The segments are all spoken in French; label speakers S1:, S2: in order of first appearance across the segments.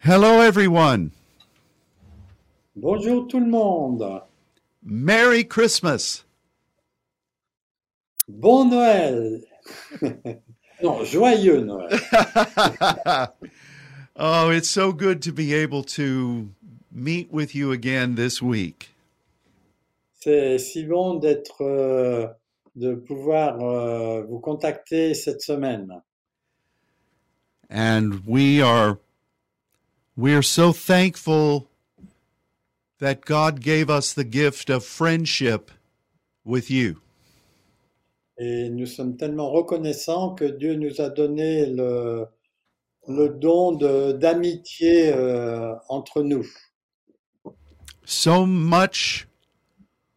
S1: Hello, everyone.
S2: Bonjour tout le monde.
S1: Merry Christmas.
S2: Bon Noël. non, joyeux Noël.
S1: oh, it's so good to be able to meet with you again this week.
S2: C'est si bon d'être, euh, de pouvoir euh, vous contacter cette semaine.
S1: And we are we are so thankful that God gave us the gift of friendship with you.
S2: Et nous sommes tellement reconnaissants que Dieu nous a donné le, le don de- d'amitié euh, entre nous.
S1: So much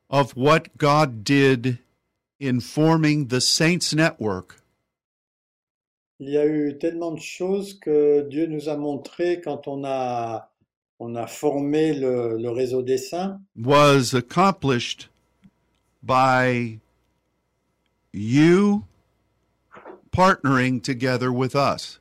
S1: of what God did in forming the Saints Network
S2: Il y a eu tellement de choses que Dieu nous a montré quand on a, on a formé le, le réseau des saints.
S1: was accomplished by you partnering together with us.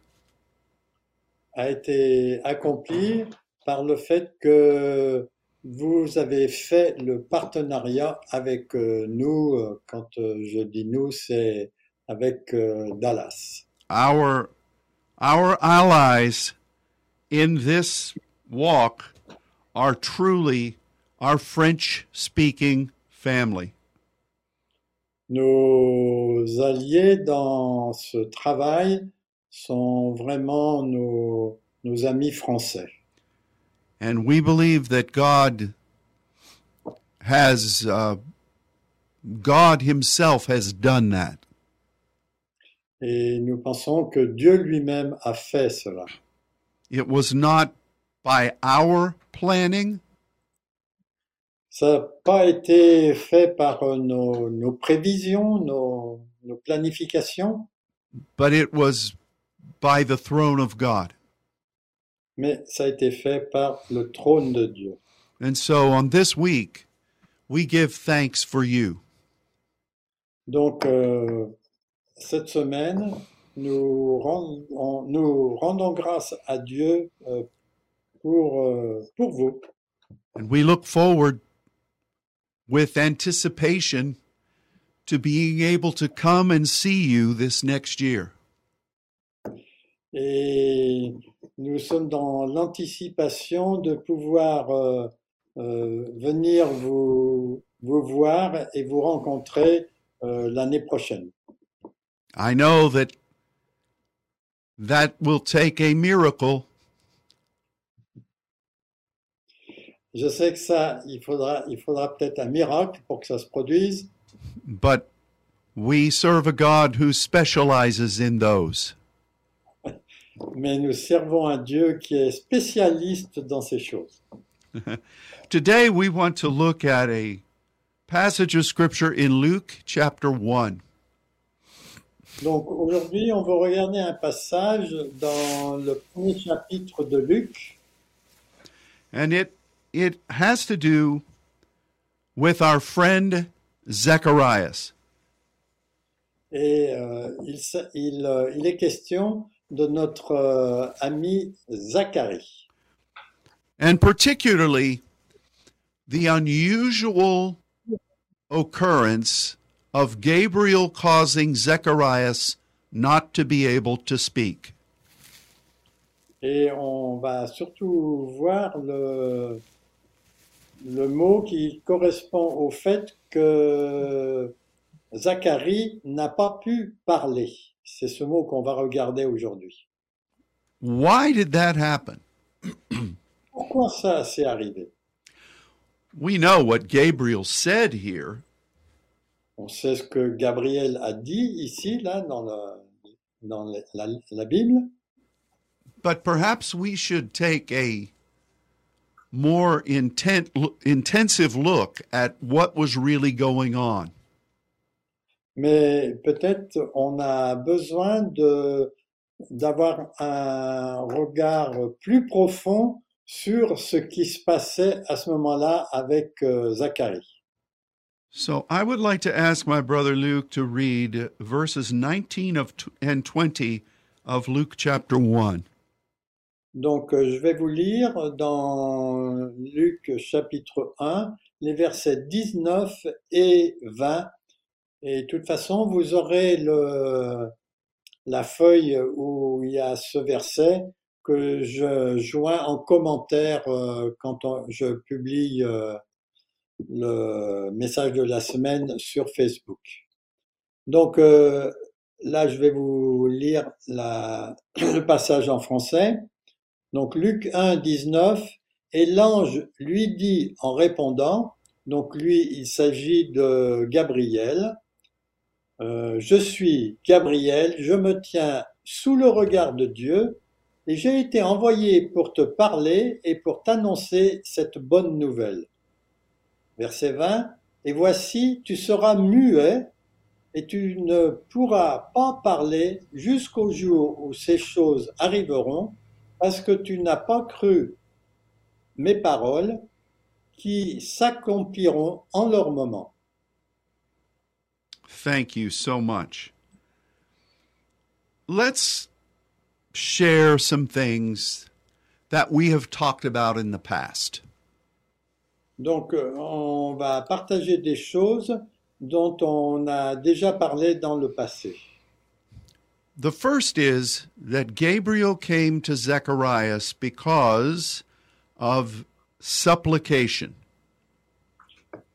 S2: a été accompli par le fait que vous avez fait le partenariat avec euh, nous. euh, Quand euh, je dis nous, c'est avec euh, Dallas.
S1: Our our allies in this walk are truly our French speaking family.
S2: Nos alliés dans ce travail sont vraiment nos, nos amis français.
S1: And we believe that God has, uh, God Himself has done that.
S2: Et nous pensons que Dieu lui-même a fait cela.
S1: It was not by our planning,
S2: Ça n'a pas été fait par euh, nos, nos prévisions, nos- nos planifications,
S1: but it was by the throne of God.
S2: mais ça a été fait par le trône de Dieu.
S1: And so on this week, we give thanks for you.
S2: Donc, euh, cette semaine, nous rendons, on- nous rendons grâce à Dieu euh, pour, euh, pour vous.
S1: And we look forward with anticipation to being able to come and see you this next year.
S2: Et nous sommes dans l'anticipation de pouvoir euh, euh, venir vous, vous voir et vous rencontrer euh, l'année prochaine.
S1: I know that that will take a miracle,
S2: Je sais que ça, il faudra, il faudra peut-être un miracle pour que ça se produise.
S1: but we serve a God who specializes in those.
S2: Mais nous servons un Dieu qui est spécialiste dans ces choses.
S1: Today, we want to look at a passage of scripture in Luke chapter 1.
S2: Donc aujourd'hui, on va regarder un passage dans le premier chapitre de Luc
S1: And it it has to do with our friend Zacharias.
S2: et euh, il, s- il, euh, il est question de notre euh, ami Zacharie
S1: And particularly the unusual occurrence of Gabriel causing Zacharias not to be able to speak.
S2: et on va surtout voir le, le mot qui correspond au fait que Zacharie n'a pas pu parler. C'est ce mot qu'on va regarder aujourd'hui.
S1: Why did that happen?
S2: Pourquoi ça s'est arrivé?
S1: We know what Gabriel said here,
S2: On sait ce que Gabriel a dit ici, là, dans, le- dans le- la, la Bible,
S1: but perhaps we should take a more intent, intensive look at what was really going on.
S2: mais peut-être on a besoin de, d'avoir un regard plus profond sur ce qui se passait à ce moment-là avec euh, Zacharie.
S1: So I would like to ask my brother Luke to read verses 19 of t- and 20 of Luke chapter 1.
S2: Donc, euh, je vais vous lire dans Luc chapitre 1, les versets 19 et 20. Et de toute façon, vous aurez le, la feuille où il y a ce verset que je joins en commentaire euh, quand on- je publie euh, le message de la semaine sur Facebook. Donc euh, là, je vais vous lire la- le passage en français. Donc Luc 1, 19, et l'ange lui dit en répondant, donc lui, il s'agit de Gabriel, euh, je suis Gabriel, je me tiens sous le regard de Dieu, et j'ai été envoyé pour te parler et pour t'annoncer cette bonne nouvelle. Verset 20, et voici, tu seras muet et tu ne pourras pas parler jusqu'au jour où ces choses arriveront, parce que tu n'as pas cru mes paroles qui s'accompliront en leur moment.
S1: Thank you so much. Let's share some things that we have talked about in the past.
S2: Donc, euh, on va partager des choses dont on a déjà parlé dans le passé.
S1: The first is that Gabriel came to Zacharias because of supplication.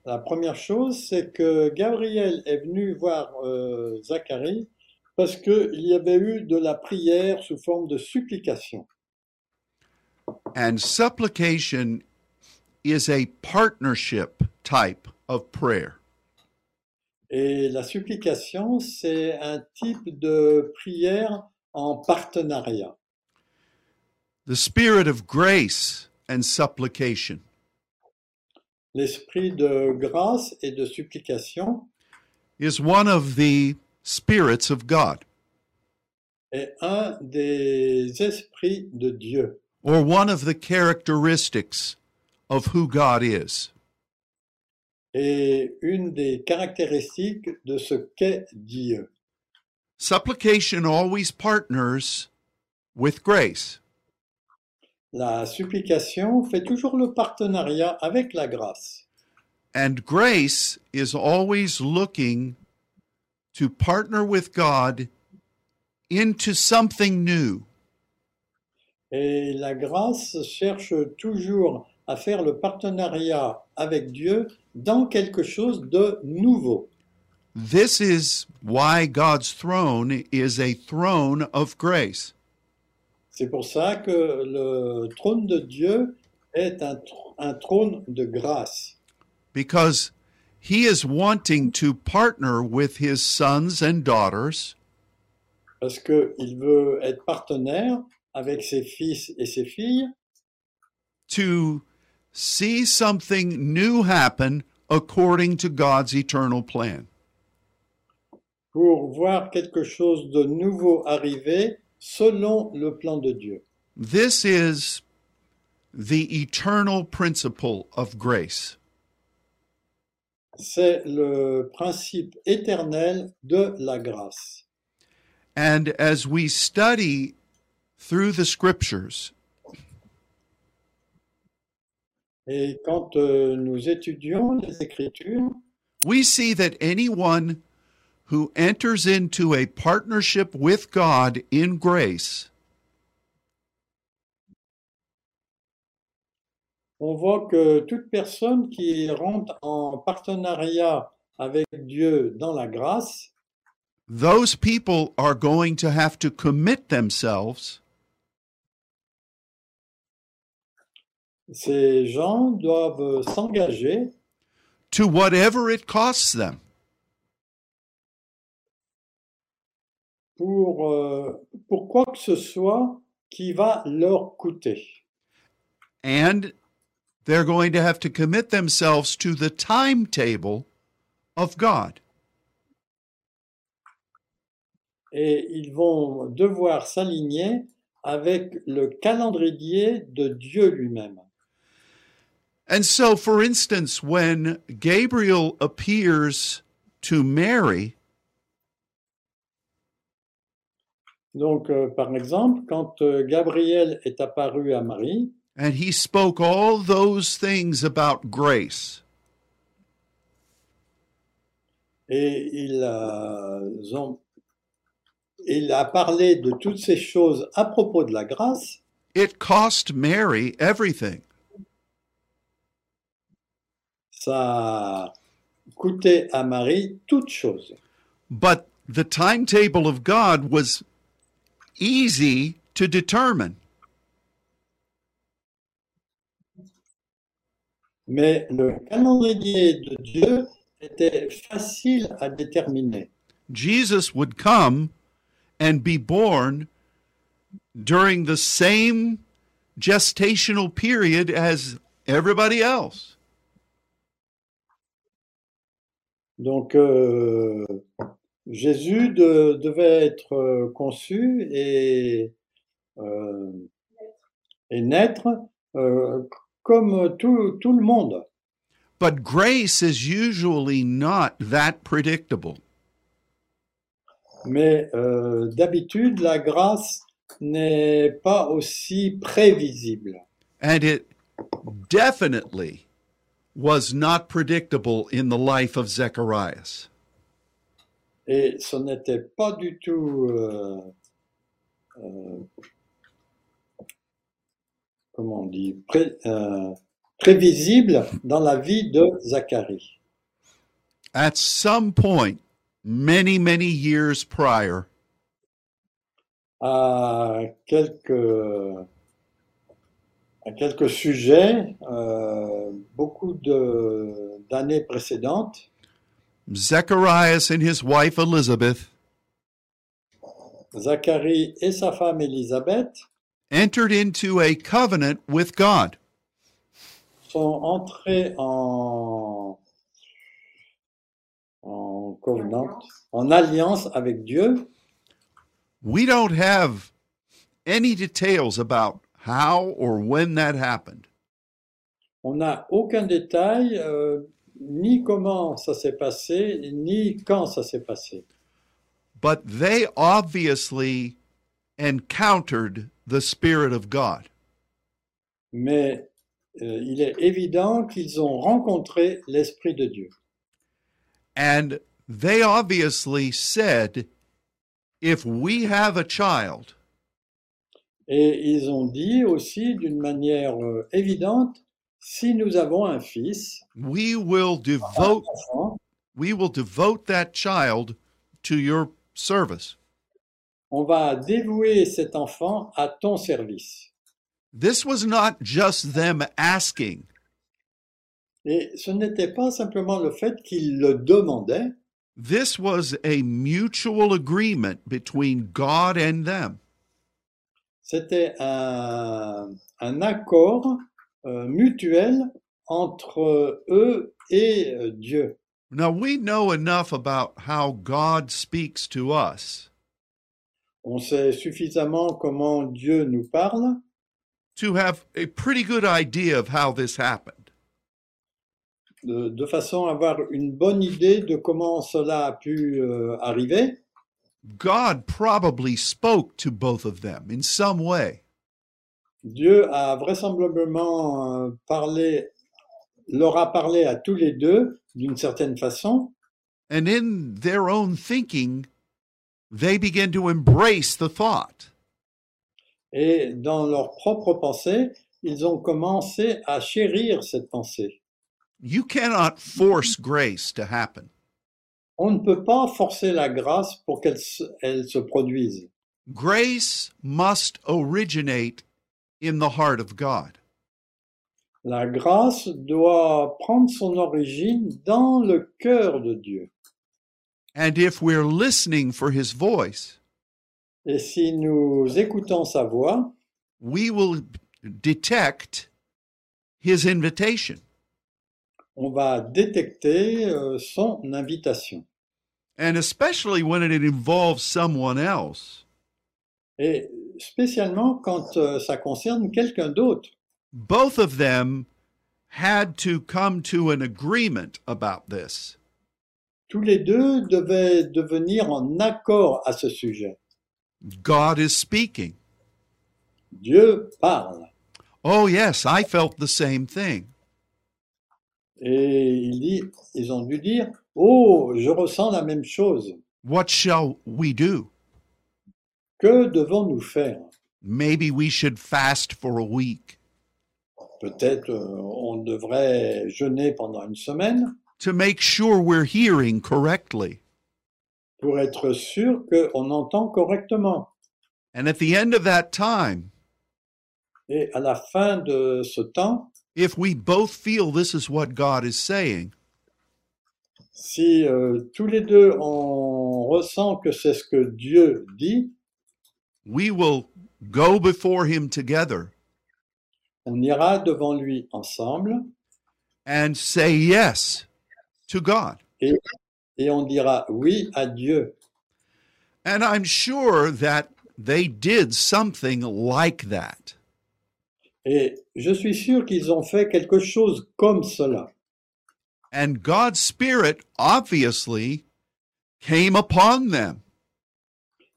S2: La première chose, c'est que Gabriel est venu voir euh, Zacharie parce qu'il y avait eu de la prière sous forme de supplication.
S1: And supplication is a partnership type of prayer.
S2: Et la supplication, c'est un type de prière en partenariat.
S1: The spirit of grace and supplication
S2: L'esprit de grâce et de supplication
S1: is one of the spirits of God
S2: est un des esprits de Dieu
S1: or one of the characteristics of who God is.
S2: et une des caractéristiques de ce qu'est Dieu.
S1: Supplication always partners with grace.
S2: La supplication fait toujours le partenariat avec la grâce.
S1: And grace is always looking to partner with God into something new.
S2: Et la grâce cherche toujours à faire le partenariat avec Dieu dans quelque chose de nouveau.
S1: This is why God's throne is a throne of grace.
S2: C'est pour ça que le trône de Dieu est un, tr- un trône de grâce.
S1: because he is wanting to partner with his sons and daughters
S2: Parce qu'il veut être partenaire avec ses fils et ses filles
S1: to see something new happen according to God's eternal plan.
S2: pour voir quelque chose de nouveau arriver selon le plan de Dieu.
S1: This is the eternal principle of grace.
S2: C'est le principe éternel de la grâce.
S1: And as we study through the scriptures,
S2: Et quand euh, nous étudions les Écritures,
S1: we see that anyone who enters into a partnership with God in grace
S2: on voit que toute personne qui rentre en partenariat avec Dieu dans la grâce,
S1: those people are going to have to commit themselves
S2: ces gens doivent s'engager
S1: to whatever it costs them.
S2: pour, euh, pour quoi que ce soit qui va leur coûter.
S1: And they're going to have to commit themselves to the timetable of God.
S2: Et ils vont devoir s'aligner avec le calendrier de Dieu lui-même.
S1: And so, for instance, when Gabriel appears to Mary,
S2: Donc, euh, par exemple, quand euh, Gabriel est apparu à Marie,
S1: and he spoke all those things about grace.
S2: Et il a, ils ont- il a parlé de toutes ces choses à propos de la grâce.
S1: It cost Mary everything.
S2: Ça a coûté à Marie toutes choses.
S1: But the timetable of God was easy to determine.
S2: Mais le calendrier de Dieu était facile à déterminer.
S1: Jesus would come and be born during the same gestational period as everybody else.
S2: Donc, euh, Jésus de- devait être euh, conçu et, euh, et naître euh, comme tout- tout le monde.
S1: But grace is usually not that predictable.
S2: Mais euh, d'habitude, la grâce n'est pas aussi prévisible.
S1: And it definitely was not predictable in the life of Zacharias.
S2: Et ce n'était pas du tout... euh, euh, comment on dit pré- euh, Prévisible dans la vie de Zacharie.
S1: At some point, many, many years prior,
S2: À quelques, à quelques sujets, euh, beaucoup de- d'années précédentes,
S1: Zacharias and his wife Elizabeth
S2: Zacharie et sa femme Élisabeth
S1: entered into a covenant with God.
S2: sont entrés en, en covenant, en alliance avec Dieu.
S1: We don't have any details about how or when that happened,
S2: On n'a aucun détail, euh, ni comment ça s'est passé, ni quand ça s'est passé.
S1: but they obviously encountered the Spirit of God.
S2: Mais euh, il est évident qu'ils ont rencontré l'Esprit de Dieu.
S1: And they obviously said, if we have a child,
S2: Et ils ont dit aussi d'une manière euh, évidente, si nous avons un fils,
S1: we will
S2: un
S1: devote
S2: enfant,
S1: we will devote that child to your service.
S2: on va dévouer cet enfant à ton service.
S1: This was not just them asking.
S2: Et ce n'était pas simplement le fait qu'il le demandait,
S1: This was a mutual agreement between God and them.
S2: c'était un, un accord euh, mutuel entre eux et euh, Dieu.
S1: Now we know enough about how God speaks to us
S2: On sait suffisamment comment Dieu nous parle
S1: to have a pretty good idea of how this happened.
S2: de, de façon à avoir une bonne idée de comment cela a pu euh, arriver.
S1: God probably spoke to both of them in some way.
S2: Dieu a vraisemblablement euh, parlé, leur a parlé à tous les deux d'une certaine façon,
S1: And in their own thinking, they begin to embrace the thought.
S2: Et dans leur propre pensée, ils ont commencé à chérir cette pensée.
S1: You cannot force grace to happen.
S2: On ne peut pas forcer la grâce pour qu'elle se, elle se produise.
S1: Grace must originate in the heart of God.
S2: La grâce doit prendre son origine dans le cœur de Dieu.
S1: And if we're listening for his voice,
S2: Et si nous écoutons sa voix,
S1: we will detect his invitation.
S2: on va détecter euh, son invitation.
S1: And especially when it involves someone else,
S2: Et spécialement quand euh, ça concerne quelqu'un d'autre.
S1: both of them had to come to an agreement about this.
S2: Tous les deux devaient devenir en accord à ce sujet.
S1: God is speaking.
S2: Dieu parle.
S1: Oh, yes, I felt the same thing.
S2: Et il dit, ils ont dû dire, oh, je ressens la même chose.
S1: What shall we do?
S2: Que devons-nous faire
S1: Maybe we should fast for a week
S2: Peut-être euh, on devrait jeûner pendant une semaine
S1: to make sure we're hearing correctly.
S2: pour être sûr qu'on entend correctement.
S1: And at the end of that time,
S2: Et à la fin de ce temps,
S1: if we both feel this is what God is saying,
S2: si euh, tous les deux on ressent que c'est ce que Dieu dit,
S1: we will go before Him together
S2: on ira devant lui ensemble
S1: and say yes to God.
S2: et, et on dira oui à Dieu.
S1: And I'm sure that they did something like that.
S2: Et je suis sûr qu'ils ont fait quelque chose comme cela.
S1: And God's Spirit obviously came upon them.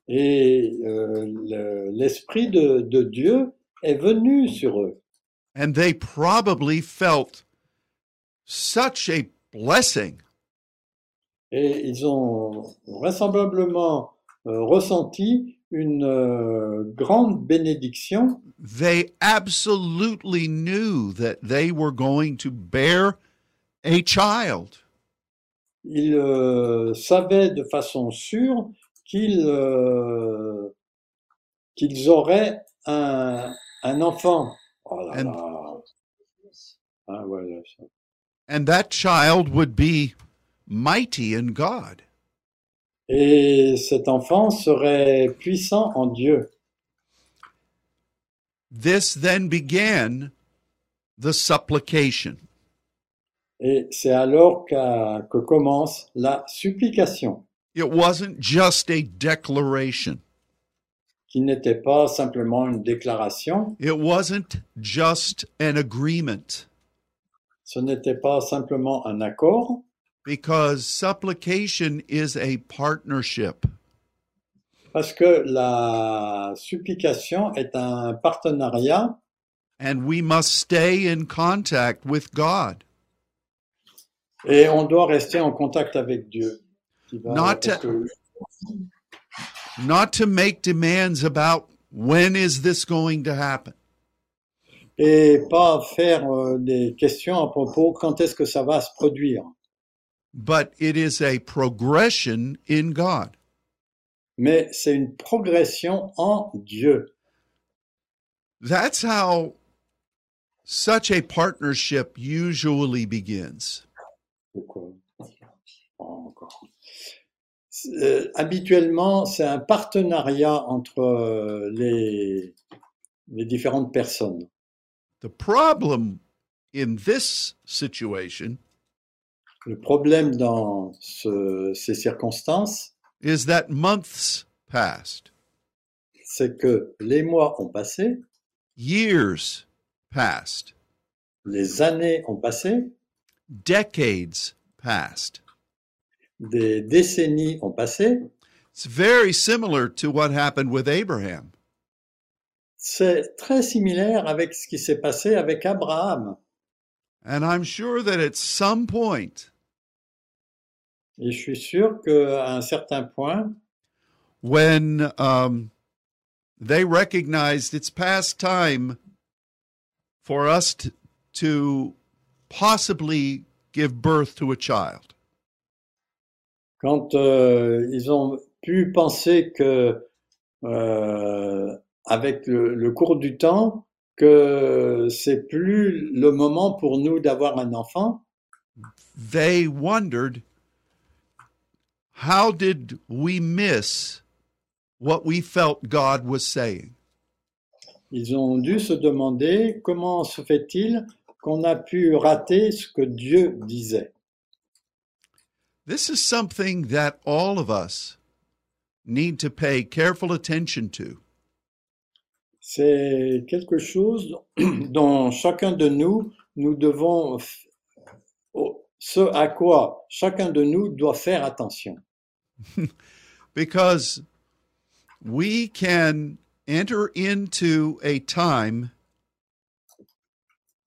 S2: Et euh, le- l'Esprit de, de Dieu est venu sur eux.
S1: And they probably felt such a blessing
S2: Et ils ont vraisemblablement euh, ressenti une euh, grande bénédiction.
S1: they absolutely knew that they were going to bear a child.
S2: Ils euh, savaient de façon sûre qu'ils euh, qu'ils auraient un, un enfant. Oh là
S1: And-
S2: là. Ah, voilà, ça.
S1: And that child would be mighty in God.
S2: Et cet enfant serait puissant en Dieu.
S1: This then began the supplication.
S2: Et c'est alors qu'a- que commence la supplication,
S1: It wasn't just a declaration,
S2: qui n'était pas simplement une déclaration,
S1: it wasn't just an agreement,
S2: ce n'était pas simplement un accord,
S1: because supplication is a partnership.
S2: parce que la supplication est un partenariat
S1: And we must stay in contact with God.
S2: et on doit rester en contact avec Dieu. Qui va-
S1: Not
S2: parce
S1: to-
S2: que-
S1: not to make demands about when is this going to happen.
S2: et pas faire euh, des questions à propos quand est-ce que ça va se produire.
S1: But it is a progression in God.
S2: Mais c'est une progression en Dieu.
S1: That's how such a partnership usually begins.
S2: Donc, euh, Oh, encore. C'est- euh, habituellement, c'est un partenariat entre euh, les, les différentes personnes.
S1: The problem in this situation
S2: Le problème dans ce- ces circonstances,
S1: is that months passed,
S2: c'est que les mois ont passé,
S1: years passed,
S2: les années ont passé,
S1: decades passed.
S2: des décennies ont passé.
S1: It's very similar to what happened with Abraham.
S2: C'est très similaire avec ce qui s'est passé avec Abraham.
S1: And I'm sure that at some point,
S2: Et je suis sûr qu'à un certain point,
S1: when um, they recognized it's past time for us t- to possibly give birth to a child.
S2: quand euh, ils ont pu penser que, euh, avec le, le cours du temps, que c'est plus le moment pour nous d'avoir un enfant,
S1: They wondered, how did we miss what we felt God was saying?
S2: ils ont dû se demander comment se fait-il qu'on a pu rater ce que Dieu disait.
S1: This is something that all of us need to pay careful attention to.
S2: C'est quelque chose dont chacun de nous, nous devons, f- au- ce à quoi chacun de nous doit faire attention.
S1: because we can enter into a time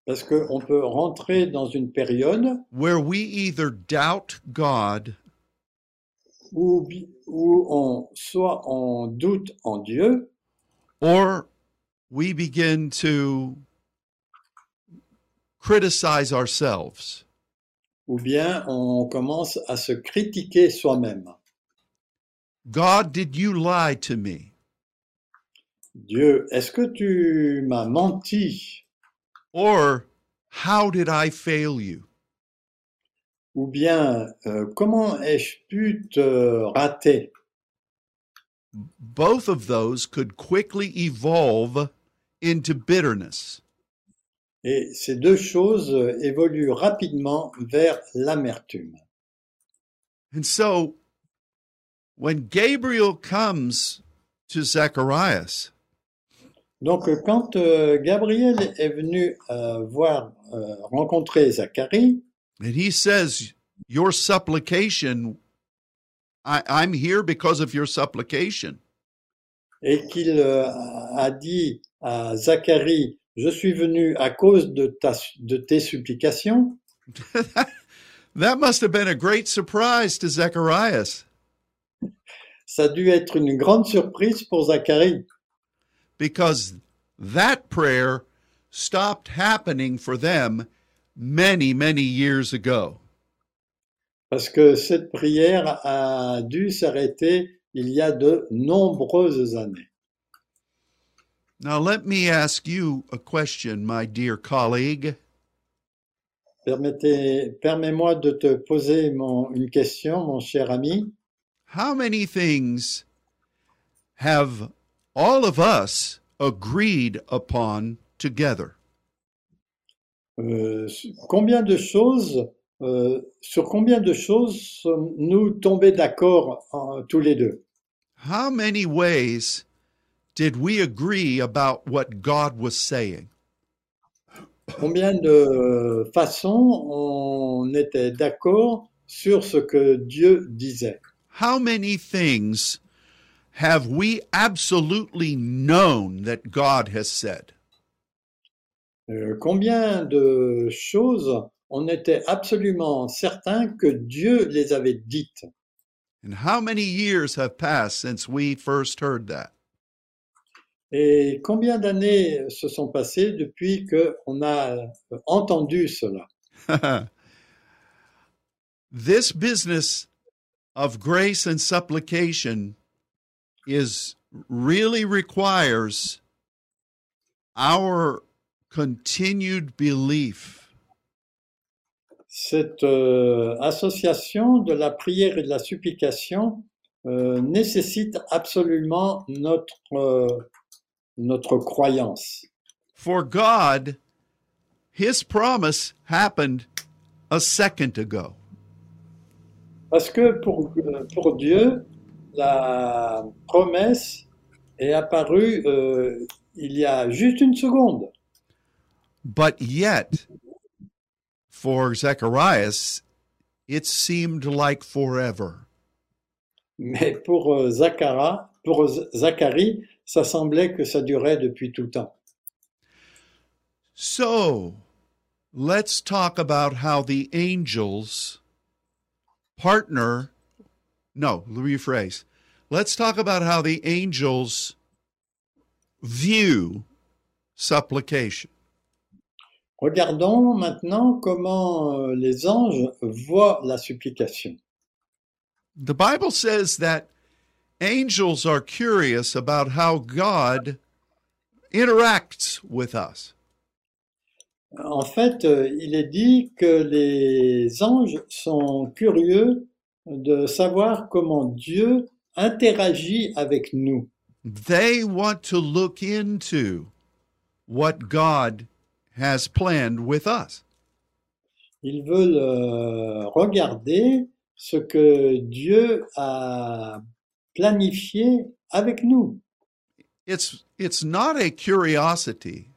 S2: Parce qu'on peut rentrer dans une période
S1: where we either doubt God
S2: où, bi- où on, soit on doute en Dieu,
S1: or we begin to criticize ourselves.
S2: ou bien on commence à se critiquer soi-même.
S1: God, did you lie to me?
S2: Dieu, est-ce que tu m'as menti
S1: Or, how did I fail you?
S2: Ou bien, euh, comment ai-je pu te rater
S1: Both of those could quickly evolve into bitterness.
S2: Et ces deux choses euh, évoluent rapidement vers l'amertume.
S1: And so, when Gabriel comes to Zacharias,
S2: Donc, euh, quand euh, Gabriel est venu euh, voir, euh, rencontrer Zacharie,
S1: and he says, Your supplication, I, I'm here because of your supplication.
S2: et qu'il euh, a dit à Zacharie, je suis venu à cause de, ta, de tes supplications,
S1: That must have been a great surprise to Zacharias
S2: ça a dû être une grande surprise pour Zacharie,
S1: because that prayer stopped happening for them many, many years ago.
S2: parce que cette prière a dû s'arrêter il y a de nombreuses années.
S1: Now, let me ask you a question, my dear colleague.
S2: Permettez- Permets-moi de te poser mon- une question, mon cher ami.
S1: How many things have all of us agreed upon together?
S2: Euh, combien de choses, euh, sur combien de choses sommes-nous tombés d'accord en- tous les deux
S1: How many ways did we agree about what God was saying?
S2: Combien de façons on était d'accord sur ce que Dieu disait
S1: How many things have we absolutely known that God has said?
S2: Euh, Combien de choses on était absolument certain que Dieu les avait dites
S1: And how many years have passed since we first heard that?
S2: Et combien d'années se sont passées depuis que on a entendu cela
S1: this business of grace and supplication is really requires our continued belief
S2: Cette euh, association de la prière et de la supplication euh, nécessite absolument notre, euh, notre croyance.
S1: for God his promise happened a second ago
S2: Parce que pour, euh, pour Dieu, la promesse est apparue euh, il y a juste une seconde.
S1: but yet for Zacharias it seemed like forever
S2: Mais pour euh, Zachara- pour Z- Zacharie, ça semblait que ça durait depuis tout le temps.
S1: So let's talk about how the angels partner. No, rephrase. Let's talk about how the angels view supplication.
S2: Regardons maintenant comment euh, les anges voient la supplication.
S1: The Bible says that angels are curious about how God interacts with us.
S2: En fait, euh, il est dit que les anges sont curieux de savoir comment Dieu interagit avec nous.
S1: They want to look into what God has planned with us.
S2: Ils veulent euh, regarder ce que Dieu a planifié avec nous.
S1: it's it's not a curiosity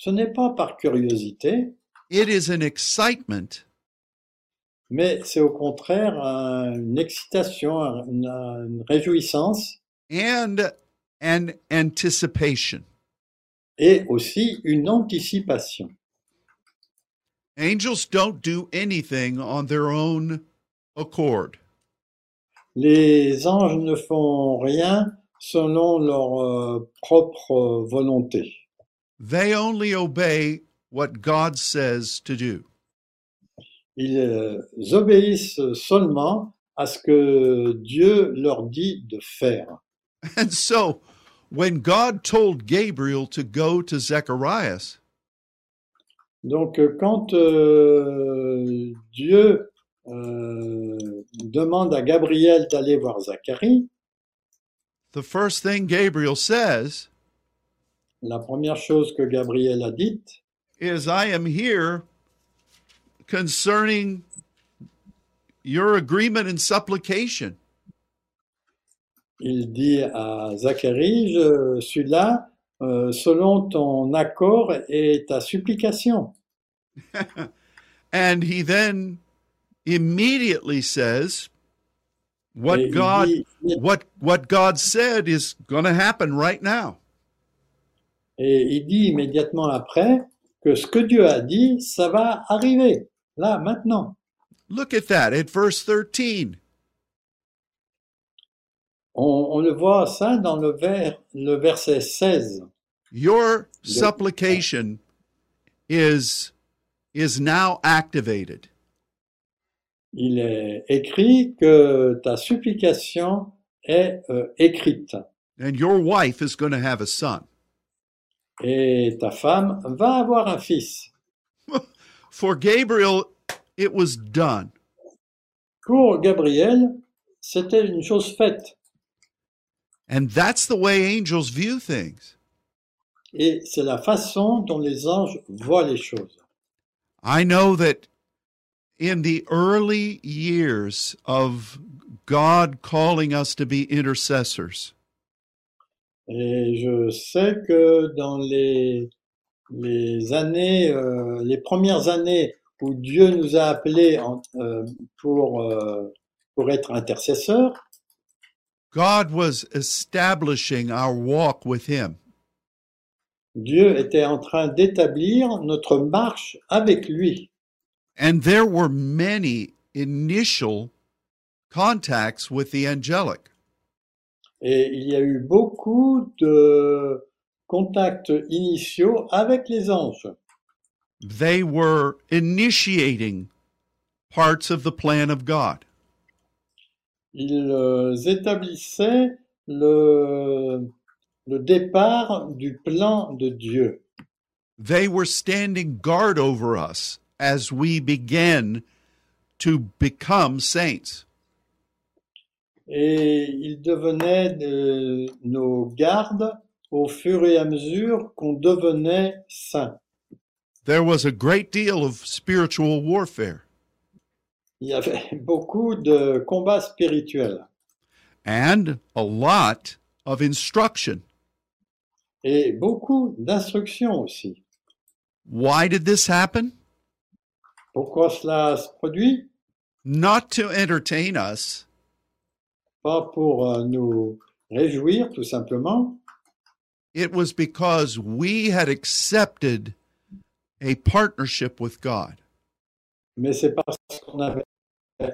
S2: Ce n'est pas par curiosité,
S1: it is an excitement
S2: mais c'est au contraire un- une excitation, un- une, une réjouissance
S1: and an anticipation.
S2: et aussi une anticipation.
S1: Angels don't do anything on their own accord.
S2: Les anges ne font rien selon leur euh, propre volonté.
S1: They only obey what God says to do.
S2: Ils euh, obéissent seulement à ce que Dieu leur dit de faire.
S1: And so, when God told Gabriel to go to Zacharias,
S2: Donc euh, quand euh, Dieu euh, demande à Gabriel d'aller voir Zacharie,
S1: the first thing Gabriel says
S2: la première chose que Gabriel a dite,
S1: is, I am here concerning your agreement and supplication.
S2: il dit à Zacharie, je suis là euh, selon ton accord et ta supplication.
S1: And he then immediately says,
S2: Et
S1: What
S2: il
S1: God
S2: dit-
S1: what what God said is going to happen right now.
S2: et il dit immédiatement après que ce que Dieu a dit, ça va arriver, là, maintenant.
S1: Look at that at verse 13.
S2: On, on le voit ça dans le, vers, le verset 16.
S1: Your
S2: Yeah.
S1: supplication is is now activated.
S2: Il est écrit que ta supplication est euh, écrite
S1: And your wife is going to have a son.
S2: et ta femme va avoir un fils.
S1: For Gabriel, it was done.
S2: Pour Gabriel, c'était une chose faite
S1: And that's the way angels view things.
S2: et c'est la façon dont les anges voient les choses.
S1: I know that in the early years of God calling us to be intercessors,
S2: Et je sais que dans les, les années, euh, les premières années où Dieu nous a appelés en- euh, pour, euh, pour être intercesseurs,
S1: God was establishing our walk with Him.
S2: Dieu était en train d'établir notre marche avec lui.
S1: And there were many initial contacts with the angelic.
S2: Et il y a eu beaucoup de contacts initiaux avec les anges.
S1: They were initiating parts of the plan of God.
S2: Ils euh, établissaient le, le départ du plan de Dieu.
S1: They were standing guard over us as we began to become saints.
S2: Et ils devenaient euh, nos gardes au fur et à mesure qu'on devenait saint.
S1: There was a great deal of spiritual warfare,
S2: Il y avait beaucoup de combats spirituels.
S1: and a lot of instruction.
S2: Et beaucoup d'instructions aussi.
S1: Why did this happen?
S2: Pourquoi cela se produit?
S1: Not to entertain us,
S2: Pas pour euh, nous réjouir, tout simplement.
S1: it was because we had accepted a partnership with God.
S2: mais c'est parce qu'on avait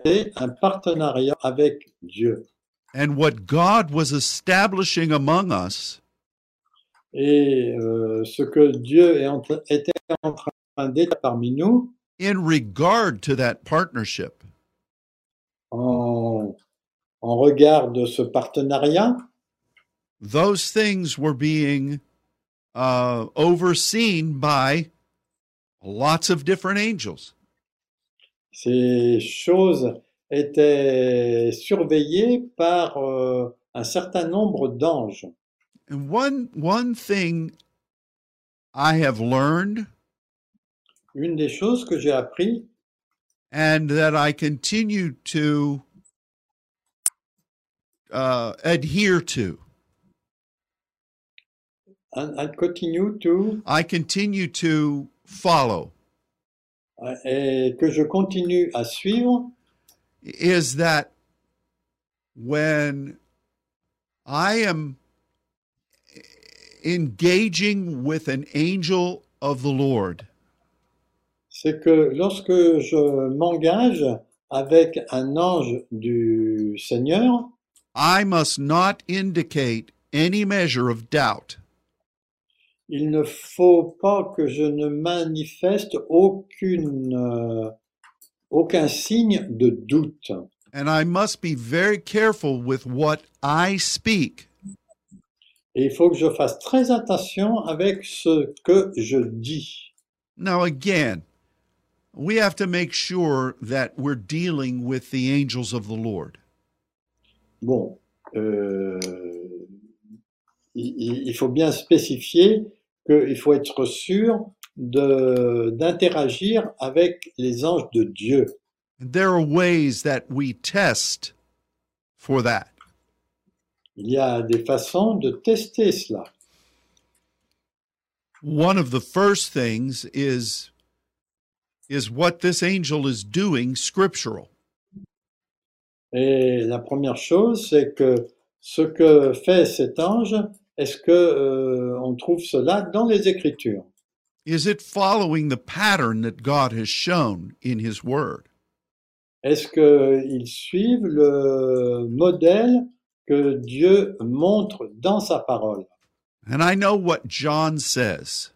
S2: fait un partenariat avec Dieu.
S1: And what God was establishing among us
S2: Et euh, ce que Dieu est en tra- était en train d'être parmi nous,
S1: in regard to that partnership
S2: en, en regard de ce partenariat,
S1: those things were being uh, overseen by lots of different angels.
S2: ces choses étaient surveillées par euh, un certain nombre d'anges.
S1: And one one thing I have learned
S2: Une des choses que j'ai appris
S1: and that I continue to uh, adhere to,
S2: and, and continue to
S1: I continue to follow,
S2: Euh, et que je continue à suivre,
S1: is that when I am engaging with an angel of the Lord.
S2: c'est que lorsque je m'engage avec un ange du Seigneur,
S1: I must not indicate any measure of doubt.
S2: il ne faut pas que je ne manifeste aucune, euh, aucun signe de doute.
S1: And I must be very careful with what I speak.
S2: Et il faut que je fasse très attention avec ce que je dis.
S1: Now, again, we have to make sure that we're dealing with the angels of the Lord.
S2: Bon, euh, il- il, il faut bien spécifier qu'il faut être sûr de- d'interagir avec les anges de Dieu.
S1: And there are ways that we test for that.
S2: Il y a des façons de tester cela.
S1: One of the first things is is what this angel is doing scriptural.
S2: Et la première chose, c'est que ce que fait cet ange, est-ce que euh, on trouve cela dans les Écritures
S1: Is it following the pattern that God has shown in his word?
S2: Est-ce qu'ils suivent le modèle que Dieu montre dans sa parole
S1: And I know what John says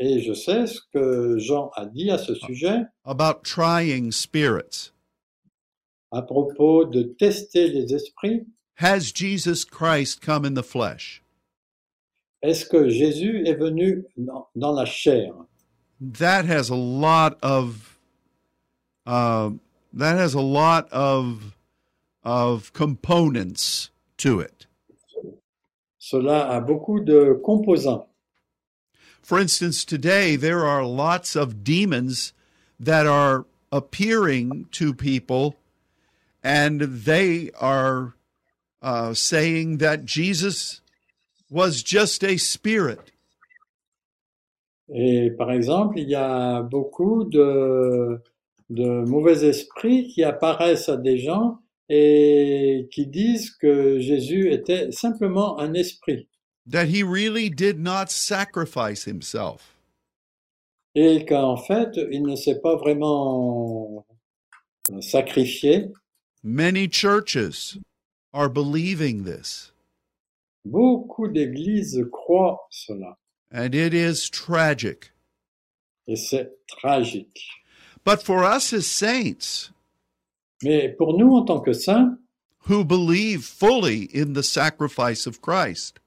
S2: Et je sais ce que Jean a dit à ce sujet
S1: about trying spirits.
S2: à propos de tester les esprits.
S1: Has Jesus Christ come in the flesh?
S2: Est-ce que Jésus est venu dans- dans la chair
S1: That has a lot of uh, that has a lot of of components to it.
S2: Cela a beaucoup de composants.
S1: For instance, today there are lots of demons that are appearing to people, and they are uh, saying that Jesus was just a spirit.
S2: Et par exemple, il y a beaucoup de, de mauvais esprits qui apparaissent à des gens et qui disent que Jésus était simplement un esprit
S1: That he really did not sacrifice himself.
S2: et qu'en fait, il ne s'est pas vraiment sacrifié.
S1: Many churches are believing this,
S2: Beaucoup d'églises croient cela
S1: and it is tragic.
S2: et c'est tragique.
S1: But for us as saints
S2: Mais pour nous, en tant que saints,
S1: who believe fully in the sacrifice of Christ,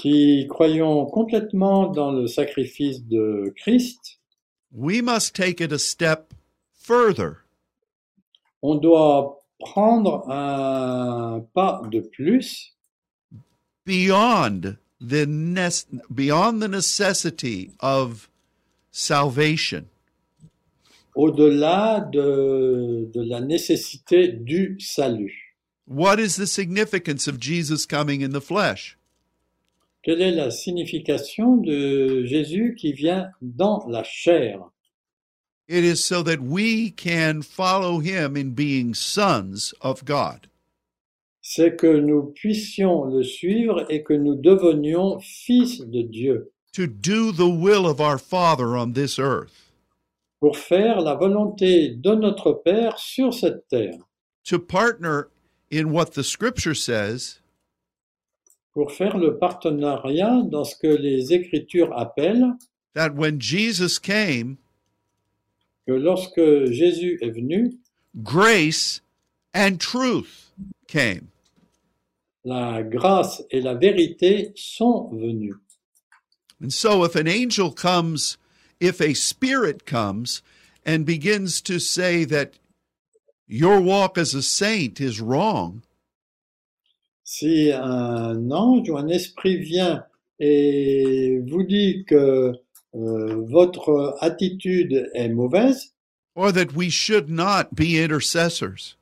S2: qui croyons complètement dans le sacrifice de Christ,
S1: we must take it a step further.
S2: on doit prendre un pas de plus
S1: beyond the ne- beyond the necessity of salvation.
S2: au-delà de, de la nécessité du salut.
S1: What is the significance of Jesus coming in the flesh?
S2: Quelle est la signification de Jésus qui vient dans la chair
S1: It is so that we can follow him in being sons of God.
S2: C'est que nous puissions le suivre et que nous devenions fils de Dieu
S1: To do the will of our Father on this earth,
S2: pour faire la volonté de notre Père sur cette terre,
S1: to partner in what the scripture says
S2: pour faire le partenariat dans ce que les Écritures appellent
S1: that when Jesus came,
S2: que lorsque Jésus est venu,
S1: grace and truth came.
S2: la grâce et la vérité sont venues.
S1: And so, if an angel comes, if a spirit comes and begins to say that your walk as a saint is wrong,
S2: Si un ange ou un esprit vient et vous dit que euh, votre attitude est mauvaise,
S1: or that we should not be intercessors,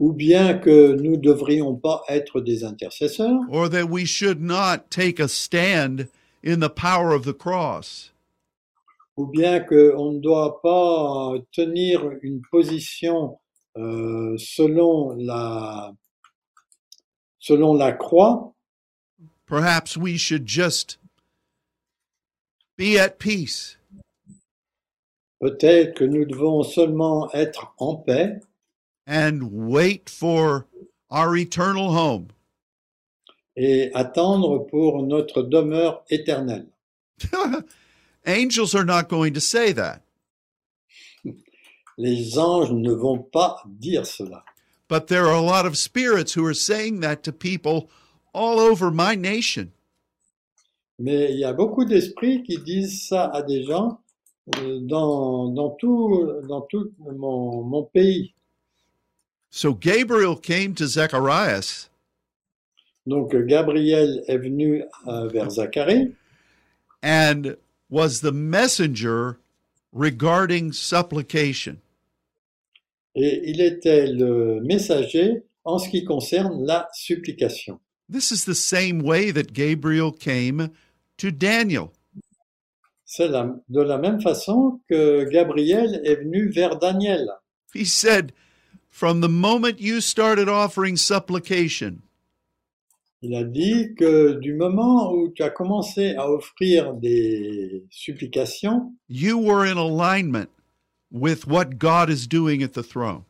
S2: ou bien que nous ne devrions pas être des intercesseurs,
S1: or that we should not take a stand in the power of the cross,
S2: ou bien qu'on ne doit pas euh, tenir une position euh, selon la, selon la croix,
S1: Perhaps we should just be at peace.
S2: peut-être que nous devons seulement être en paix
S1: and wait for our eternal home.
S2: et attendre pour notre demeure éternelle.
S1: Angels are not going to say that,
S2: Les anges ne vont pas dire cela.
S1: but there are a lot of spirits who are saying that to people all over my nation.
S2: Mais il y a beaucoup d'esprits qui disent ça à des gens euh, dans, dans tout, dans tout mon, mon pays.
S1: So Gabriel came to Zacharias
S2: Donc euh, Gabriel est venu euh, vers Zacharie
S1: and was the messenger regarding supplication.
S2: et il était le messager en ce qui concerne la supplication.
S1: This is the same way that Gabriel came to Daniel.
S2: C'est la- de la même façon que Gabriel est venu vers Daniel.
S1: He said, From the moment you started offering supplication,
S2: Il a dit que du moment où tu as commencé à offrir des supplications,
S1: you were in alignment with what God is doing at the throne.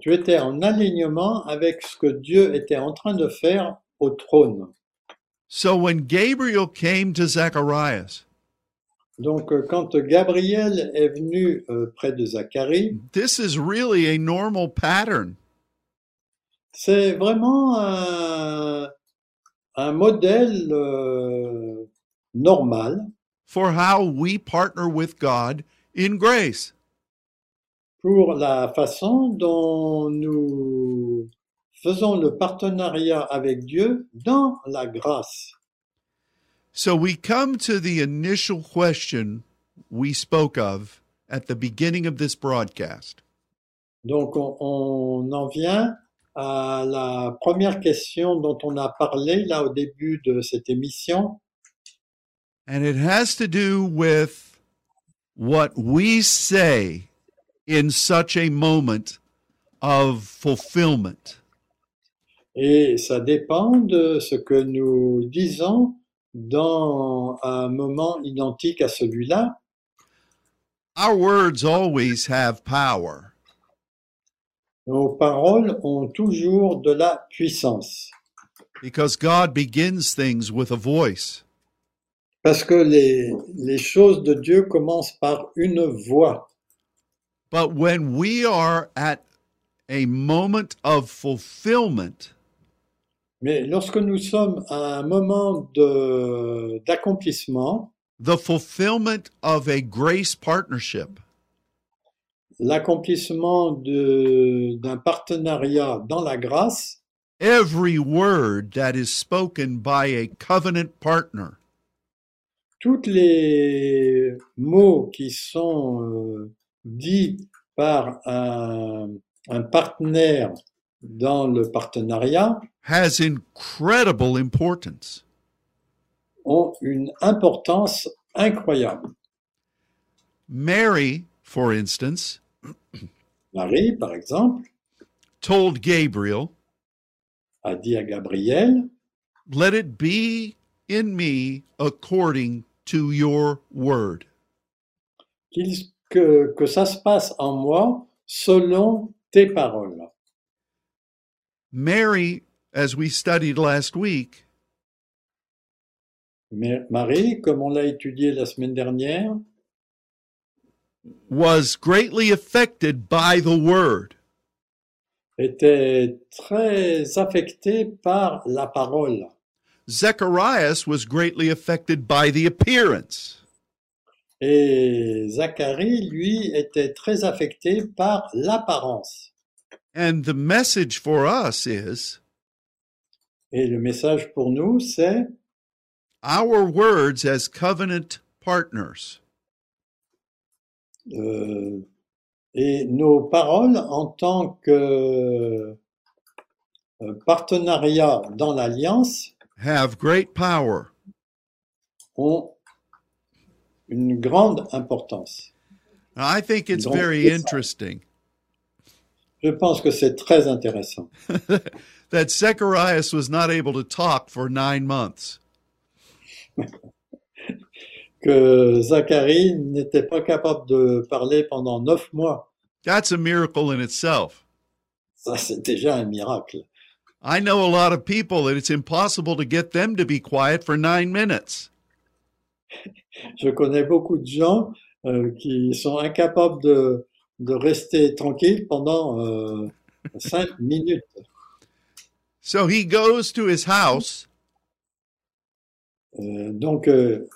S2: tu étais en alignement avec ce que Dieu était en train de faire au trône.
S1: So when Gabriel came to Zacharias,
S2: Donc euh, quand Gabriel est venu euh, près de Zacharie,
S1: this is really a normal pattern.
S2: c'est vraiment un, un modèle euh, normal
S1: for how we partner with God in grace.
S2: pour la façon dont nous faisons le partenariat avec Dieu dans la grâce.
S1: So we come to the initial question we spoke of at the beginning of this broadcast.
S2: Donc, on, on en vient à la première question dont on a parlé là au début de cette émission,
S1: And it has to do with what we say in such a moment of fulfillment.
S2: et ça dépend de ce que nous disons dans un moment identique à celui-là.
S1: Our words always have power.
S2: Nos paroles ont toujours de la puissance,
S1: Because God begins things with a voice.
S2: parce que les, les choses de Dieu commencent par une voix.
S1: But when we are at a moment of fulfillment,
S2: Mais lorsque nous sommes à un moment de- d'accomplissement,
S1: the fulfillment of a grace partnership,
S2: l'accomplissement de- d'un partenariat dans la grâce,
S1: every word that is spoken by a covenant partner
S2: tous les mots qui sont euh, dits par un, un partenaire dans le partenariat
S1: has incredible importance.
S2: ont une importance incroyable.
S1: Mary, for instance,
S2: Marie, par exemple,
S1: told Gabriel,
S2: a dit à Gabriel,
S1: Let it be in me according to your word.
S2: qu'il- que, que ça se passe en moi selon tes paroles.
S1: Mary, as we studied last week,
S2: Mais Marie, comme on l'a étudié la semaine dernière,
S1: was greatly affected by the word.
S2: était très affecté par la parole.
S1: Zacharias was greatly affected by the appearance.
S2: Et Zacharie, lui, était très affecté par l'apparence.
S1: And the message for us is
S2: Et le message pour nous, c'est
S1: our words as covenant partners
S2: euh, et nos paroles en tant que euh, partenariat dans l'alliance
S1: have great power.
S2: ont une grande importance.
S1: Now, I think it's
S2: Don't
S1: very
S2: miss out.
S1: interesting
S2: Je pense que c'est très intéressant.
S1: that Zacharias was not able to talk for nine months.
S2: que Zacharie n'était pas capable de parler pendant neuf mois.
S1: That's a miracle in itself.
S2: Ça, c'est déjà un miracle.
S1: I know a lot of people that it's impossible to get them to be quiet for nine minutes.
S2: Je connais beaucoup de gens euh, qui sont incapables de, de rester tranquilles pendant euh, cinq minutes.
S1: So he goes to his house
S2: Euh, donc, euh,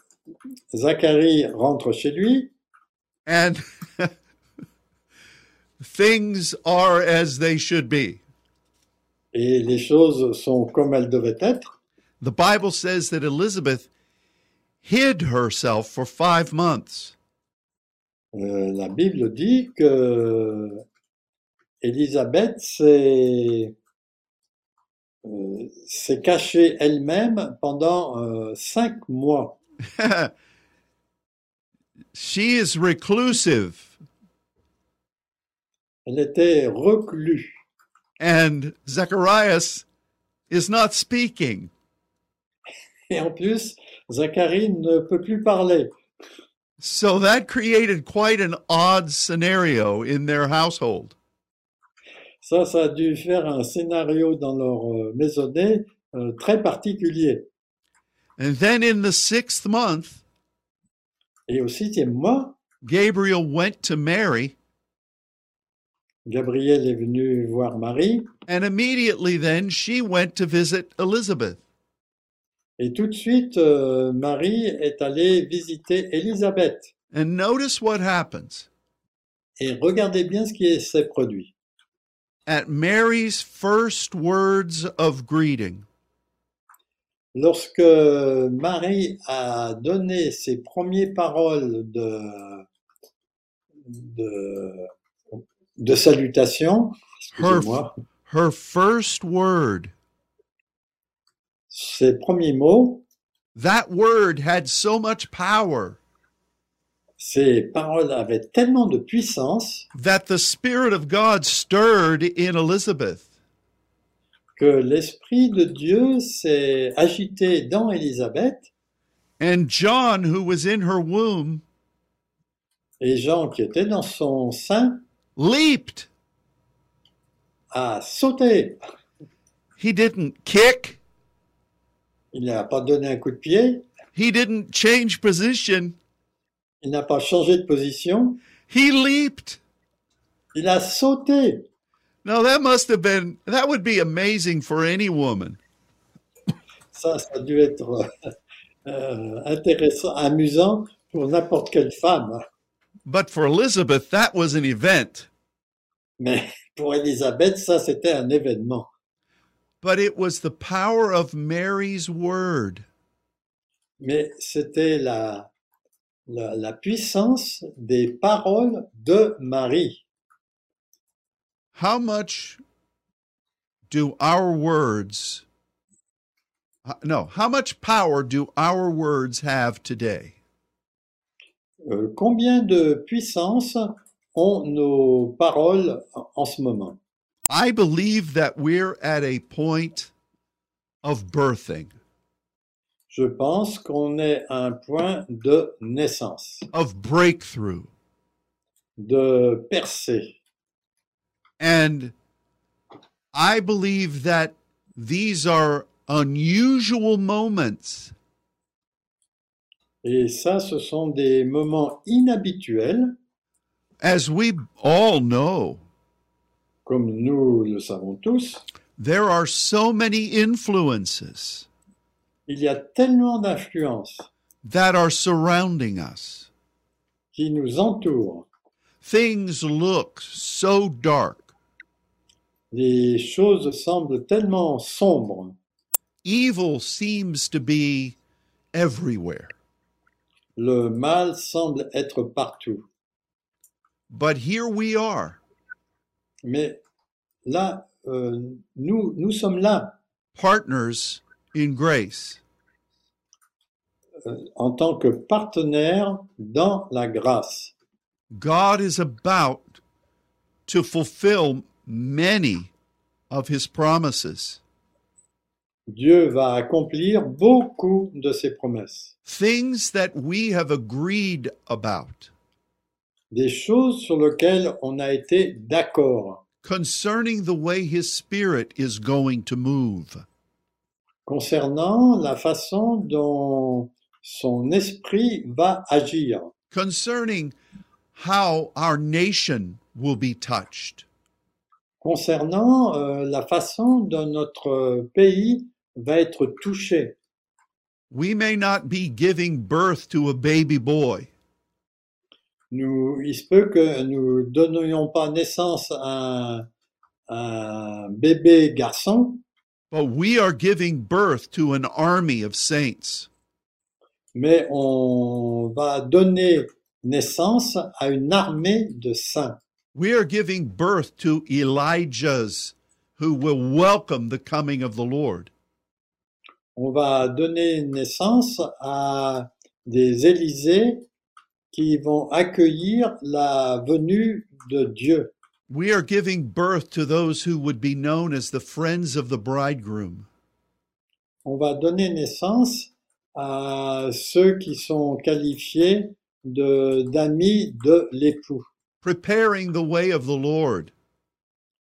S2: Zacharie rentre chez lui
S1: and things are as they should be.
S2: et les choses sont comme elles devaient être.
S1: The Bible says that Elizabeth hid herself for five months.
S2: Euh, la Bible dit que Élisabeth s'est euh, s'est cachée elle-même pendant euh, cinq mois.
S1: she is reclusive,
S2: Elle était reclue
S1: and Zacharias is not speaking.
S2: et en plus, Zacharie ne peut plus parler.
S1: So that created quite an odd scenario in their household.
S2: Ça, ça a dû faire un scénario dans leur euh, maisonnée euh, très particulier.
S1: And then in the sixth month,
S2: Et au sixième mois,
S1: Gabriel went to Mary,
S2: Gabriel est venu voir Marie
S1: and immediately then she went to visit Elizabeth.
S2: et tout de suite euh, Marie est allée visiter Élisabeth.
S1: And notice what happens.
S2: Et regardez bien ce qui s'est produit.
S1: At Mary's first words of greeting,
S2: Lorsque Marie a donné ses premières paroles de, de, de salutation, excusez-moi,
S1: her first word,
S2: ses premiers mots,
S1: that word had so much power
S2: ces paroles avaient tellement de puissance
S1: that the Spirit of God stirred in Elizabeth.
S2: que l'Esprit de Dieu s'est agité dans Élisabeth
S1: And John, who was in her womb,
S2: et Jean qui était dans son sein
S1: leaped.
S2: a sauté.
S1: He didn't kick,
S2: Il n'a pas donné un coup de pied,
S1: he didn't change position,
S2: il n'a pas changé de position,
S1: he leaped.
S2: il a sauté.
S1: Now, that must have been, that would be amazing for any woman.
S2: Ça, ça a dû être euh, intéressant, amusant pour n'importe quelle femme.
S1: But for Elizabeth, that was an event.
S2: Mais pour Élisabeth, ça, c'était un événement.
S1: But it was the power of Mary's word.
S2: Mais c'était la, la, la puissance des paroles de Marie.
S1: How much do our words, uh, no, how much power do our words have today?
S2: Euh, combien de puissance ont nos paroles en- en ce moment
S1: I believe that we're at a point of birthing,
S2: Je pense qu'on est à un point de naissance,
S1: of breakthrough.
S2: de percée.
S1: And I believe that these are unusual moments
S2: Et ça, ce sont des moments inhabituels,
S1: as we all know.
S2: comme nous le savons tous.
S1: There are so many influences
S2: Il y a tellement d'influences
S1: that are surrounding us.
S2: qui nous entourent.
S1: Things look so dark.
S2: Les choses semblent tellement sombres.
S1: Evil seems to be everywhere.
S2: Le mal semble être partout.
S1: But here we are,
S2: Mais là, euh, nous, nous sommes là
S1: partners in grace.
S2: euh, en tant que partenaires dans la grâce.
S1: God is about to fulfill many of his promises.
S2: Dieu va accomplir beaucoup de ses promesses,
S1: things that we have agreed about
S2: des choses sur lesquelles on a été d'accord
S1: concerning the way His Spirit is going to move.
S2: concernant la façon dont son esprit va agir,
S1: concerning how our nation will be touched,
S2: concernant euh, la façon dont notre pays va être touché.
S1: we may not be giving birth to a baby boy,
S2: Nous, il se peut que nous donnions pas naissance à un, un bébé garçon,
S1: but we are giving birth to an army of saints.
S2: mais on va donner naissance à une armée de saints.
S1: We are giving birth to Elijahs who will welcome the coming of the Lord.
S2: On va donner naissance à des Élysées qui vont accueillir la venue de Dieu.
S1: We are giving birth to those who would be known as the friends of the bridegroom.
S2: On va donner naissance à ceux qui sont qualifiés de- d'amis de l'époux,
S1: preparing the way of the Lord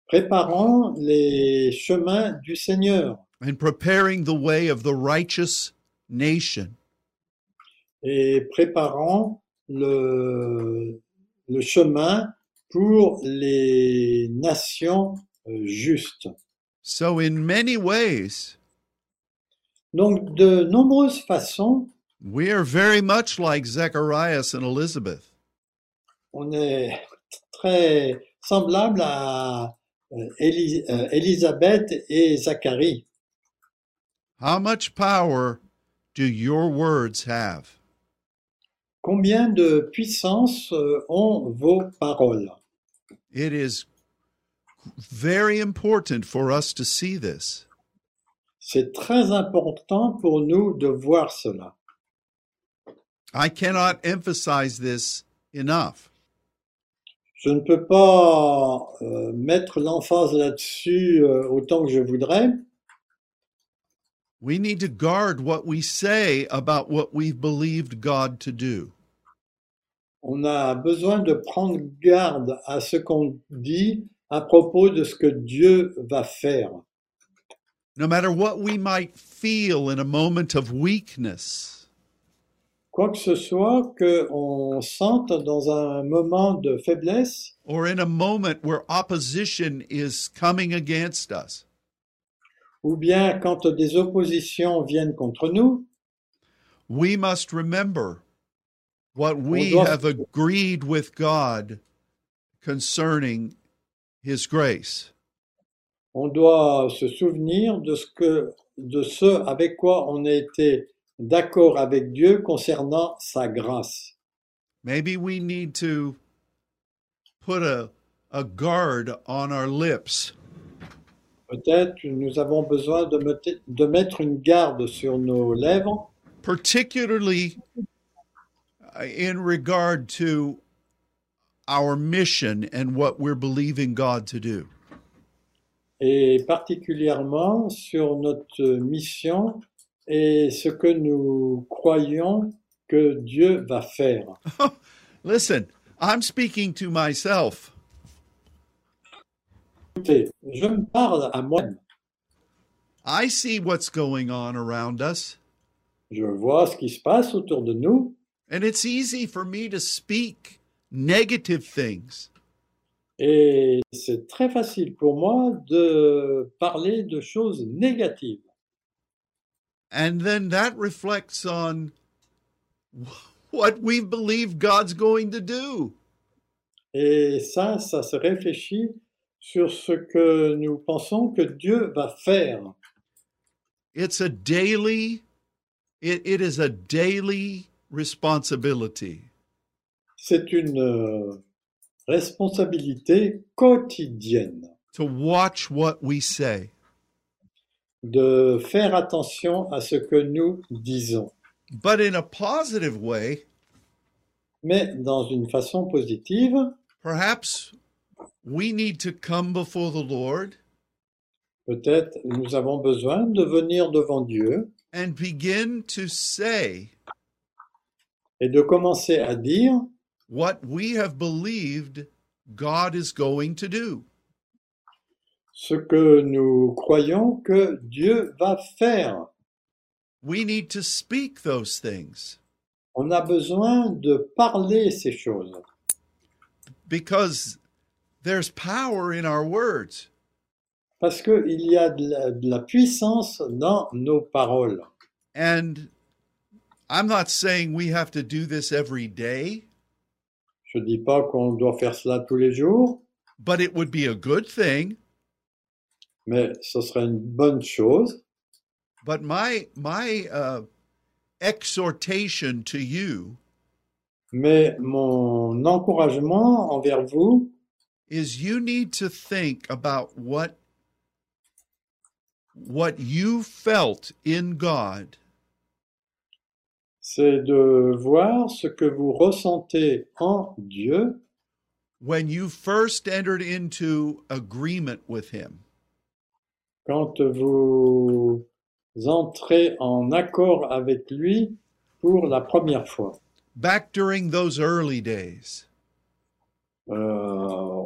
S2: préparant les chemins du Seigneur
S1: and preparing the way of the righteous nation.
S2: et préparant le, le chemin pour les nations euh, justes.
S1: So, in many ways,
S2: Donc, de nombreuses façons,
S1: we are very much like Zacharias and Elizabeth.
S2: on est très semblable à euh, Éli- euh, Élisabeth et Zacharie.
S1: How much power do your words have?
S2: Combien de puissance euh, ont vos paroles
S1: It is very important for us to see this.
S2: C'est très important pour nous de voir cela.
S1: I cannot emphasize this enough.
S2: Je ne peux pas euh, mettre l'emphase là-dessus euh, autant que je voudrais.
S1: We need to guard what we say about what we've believed God to do.
S2: On a besoin de prendre garde à ce qu'on dit à propos de ce que Dieu va faire.
S1: No matter what we might feel in a moment of weakness,
S2: Quoi que ce soit qu'on sente dans un moment de faiblesse
S1: or in a moment where opposition is coming against us,
S2: ou bien quand des oppositions viennent contre nous,
S1: we must remember what we
S2: doit-
S1: have agreed with God concerning His grace.
S2: on doit se souvenir de ce, que, de ce avec quoi on a été d'accord avec Dieu concernant sa grâce.
S1: Maybe we need to put a, a guard on our lips
S2: Peut-être que nous avons besoin de, mette- de mettre une garde sur nos lèvres,
S1: particularly uh, in regard to our mission and what we're believing God to do.
S2: et particulièrement sur notre mission et ce que nous croyons que Dieu va faire.
S1: Listen, I'm speaking to myself.
S2: Écoutez, je me parle à moi-même.
S1: I see what's going on around us,
S2: Je vois ce qui se passe autour de nous
S1: and it's easy for me to speak negative things.
S2: et c'est très facile pour moi de parler de choses négatives.
S1: And then that reflects on what we believe God's going to do.
S2: Et ça, ça se réfléchit sur ce que nous pensons que Dieu va faire.
S1: It's a daily, it, it is a daily responsibility.
S2: C'est une euh, responsabilité quotidienne
S1: to watch what we say,
S2: de faire attention à ce que nous disons,
S1: but in a positive way,
S2: mais dans une façon positive.
S1: perhaps we need to come before the Lord
S2: Peut-être nous avons besoin de venir devant Dieu
S1: and begin to say
S2: et de commencer à dire
S1: what we have believed God is going to do.
S2: ce que nous croyons que Dieu va faire.
S1: We need to speak those things
S2: On a besoin de parler ces choses
S1: because there's power in our words.
S2: parce qu'il y a de la, de la puissance dans nos paroles.
S1: And I'm not saying we have to do this every day,
S2: Je ne dis pas qu'on doit faire cela tous les jours,
S1: but it would be a good thing.
S2: mais ce serait une bonne chose.
S1: But my my uh, exhortation to you
S2: Mais mon encouragement envers vous,
S1: is you need to think about what what you felt in God
S2: c'est de voir ce que vous ressentez en Dieu
S1: when you first entered into agreement with him
S2: quand vous entrez en accord avec lui pour la première fois,
S1: back during those early days
S2: Euh,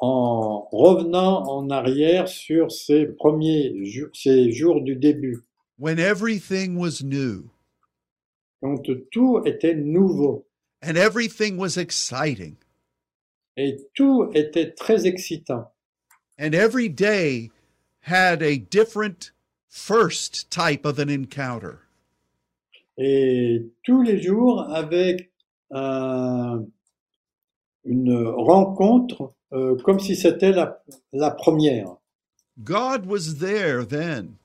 S2: en revenant en arrière sur ces premiers jours, ces jours du début,
S1: when everything was new
S2: quand tout était nouveau
S1: and everything was exciting
S2: et tout était très excitant.
S1: and every day had a different first type of an encounter
S2: et tous les jours avec un- une rencontre euh, comme si c'était la, la première.
S1: God was there then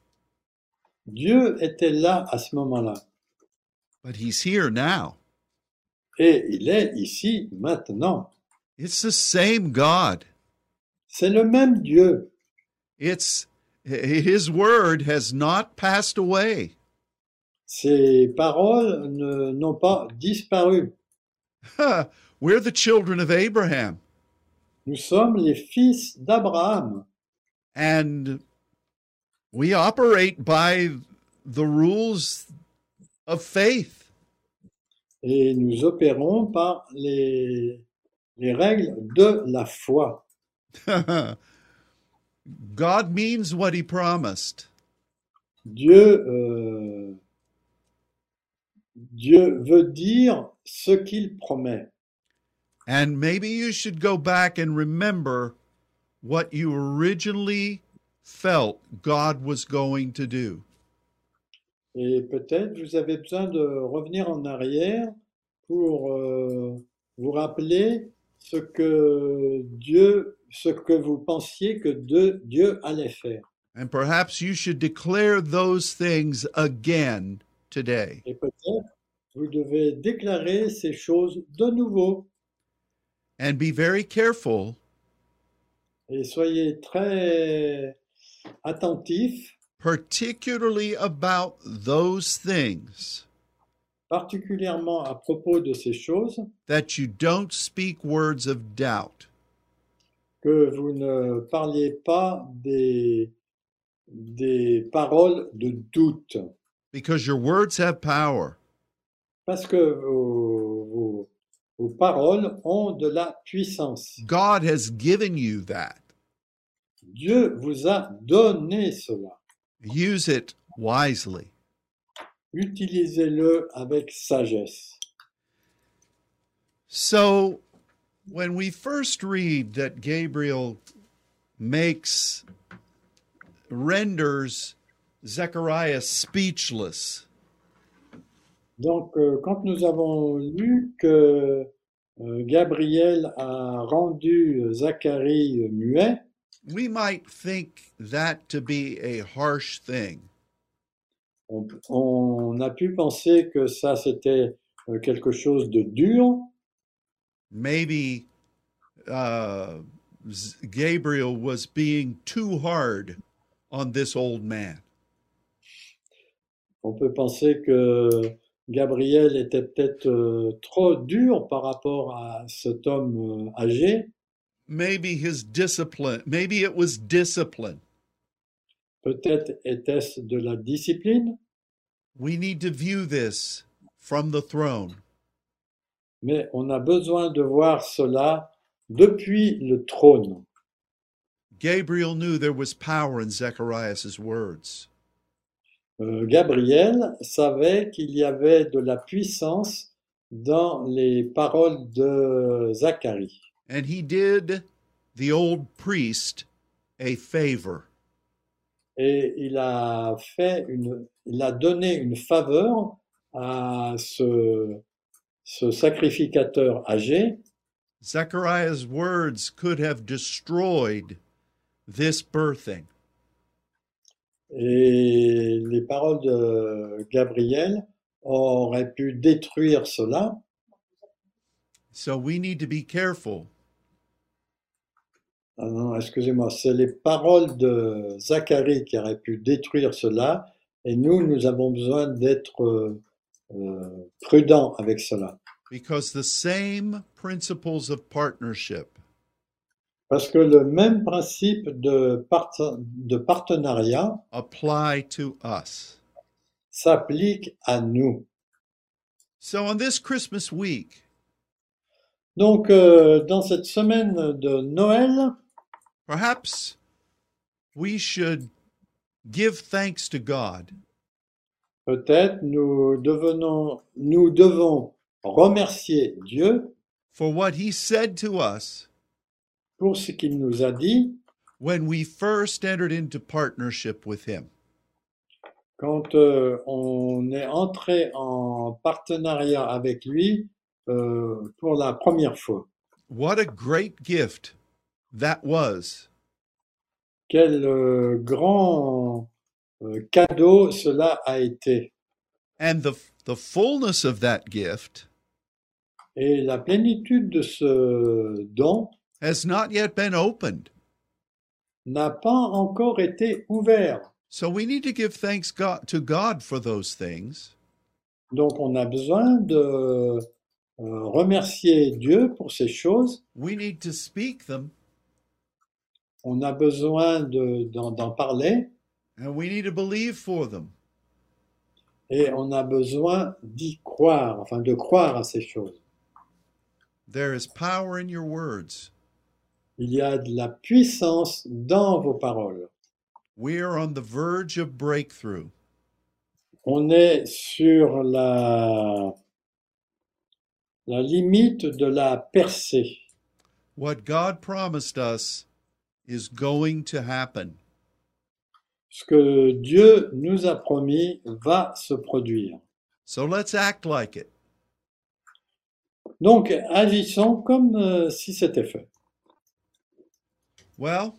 S2: Dieu était là à ce moment-là
S1: but he's here now
S2: et il est ici maintenant.
S1: it's the same God
S2: C'est le même Dieu.
S1: It's his word has not passed away.
S2: Ses paroles ne- n'ont pas disparu.
S1: Ha! We're the children of Abraham,
S2: Nous sommes les fils d'Abraham
S1: and we operate by the rules of faith.
S2: et nous opérons par les, les règles de la foi.
S1: God means what he promised.
S2: Dieu, euh, Dieu veut dire ce qu'il promet.
S1: And maybe you should go back and remember what you originally felt God was going to do.
S2: Et peut-être vous avez besoin de revenir en arrière pour euh, vous rappeler ce que Dieu, ce que vous pensiez que de- Dieu allait faire.
S1: And perhaps you should declare those things again today.
S2: Et peut-être vous devez déclarer ces choses de nouveau.
S1: and be very careful,
S2: Et soyez très attentifs,
S1: particularly about those things
S2: particulièrement à propos de ces choses.
S1: that you don't speak words of doubt.
S2: que vous ne parliez pas des, des paroles de doute,
S1: Because your words have power.
S2: parce que vos, vos- vos paroles ont de la puissance.
S1: God has given you that.
S2: Dieu vous a donné cela.
S1: Use it wisely.
S2: Utilisez-le avec sagesse.
S1: So, when we first read that Gabriel makes, renders Zechariah speechless,
S2: Donc, euh, quand nous avons lu que euh, Gabriel a rendu Zacharie muet,
S1: we might think that to be a harsh thing.
S2: on, on a pu penser que ça, c'était euh, quelque chose de dur,
S1: maybe uh, Z- Gabriel was being too hard on this old man.
S2: On peut penser que Gabriel était peut-être euh, trop dur par rapport à cet homme euh, âgé.
S1: Maybe his discipline, maybe it was discipline
S2: Peut-être était-ce de la discipline,
S1: We need to view this from the throne.
S2: mais on a besoin de voir cela depuis le trône.
S1: Gabriel knew there was power in Zechariah's words.
S2: Euh, Gabriel savait qu'il y avait de la puissance dans les paroles de Zacharie.
S1: And he did the old priest a favor.
S2: Et il a fait une, il a donné une faveur à ce, ce sacrificateur âgé.
S1: Zechariah's words could have destroyed this birthing,
S2: Et les paroles de Gabriel auraient pu détruire cela.
S1: so we need to be careful.
S2: Ah non, excusez-moi, c'est les paroles de Zacharie qui auraient pu détruire cela. Et nous, nous avons besoin d'être euh, euh, prudents avec cela.
S1: Because the same principles of partnership
S2: Parce que le même principe de, parten- de partenariat
S1: apply to us.
S2: s'applique à nous.
S1: So on this Christmas week,
S2: Donc, euh, dans cette semaine de Noël,
S1: perhaps we should give thanks to God
S2: peut-être nous, devenons, nous devons remercier Dieu
S1: for what He said to us
S2: pour ce qu'il nous a dit
S1: when we first entered into partnership with Him.
S2: quand euh, on est entré en partenariat avec lui euh, pour la première fois.
S1: What a great gift that was!
S2: Quel euh, grand euh, cadeau cela a été.
S1: And the, the fullness of that gift
S2: Et la plénitude de ce don
S1: has not yet been opened.
S2: n'a pas encore été ouvert.
S1: So we need to give thanks God, to God for those things.
S2: Donc on a besoin de euh, remercier Dieu pour ces choses.
S1: We need to speak them
S2: On a besoin de- d'en d'en parler
S1: and we need to believe for them.
S2: et on a besoin d'y croire, enfin de croire à ces choses.
S1: There is power in your words.
S2: Il y a de la puissance dans vos paroles.
S1: We are on the verge of breakthrough.
S2: On est sur la, la limite de la percée.
S1: What God promised us is going to happen.
S2: Ce que Dieu nous a promis va se produire.
S1: So let's act like it.
S2: Donc agissons comme euh, si c'était fait.
S1: Well,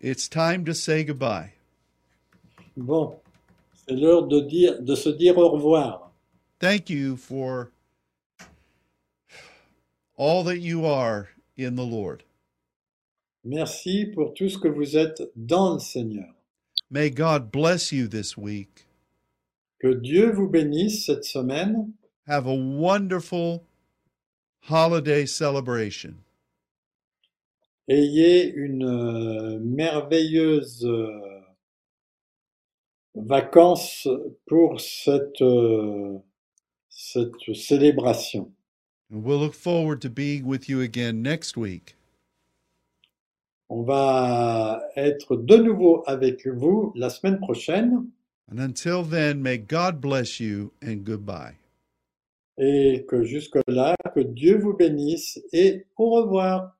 S1: it's time to say goodbye.
S2: Bon, c'est l'heure de dire, de se dire au revoir.
S1: Thank you for all that you are in the Lord.
S2: Merci pour tout ce que vous êtes dans le Seigneur.
S1: May God bless you this week.
S2: Que Dieu vous bénisse cette semaine.
S1: Have a wonderful holiday celebration.
S2: Ayez une euh, merveilleuse euh, vacances pour cette, euh, cette célébration.
S1: And we'll look forward to being with you again next week.
S2: On va être de nouveau avec vous la semaine prochaine
S1: And until then, may God bless you and goodbye.
S2: et que jusque-là, que Dieu vous bénisse et au revoir.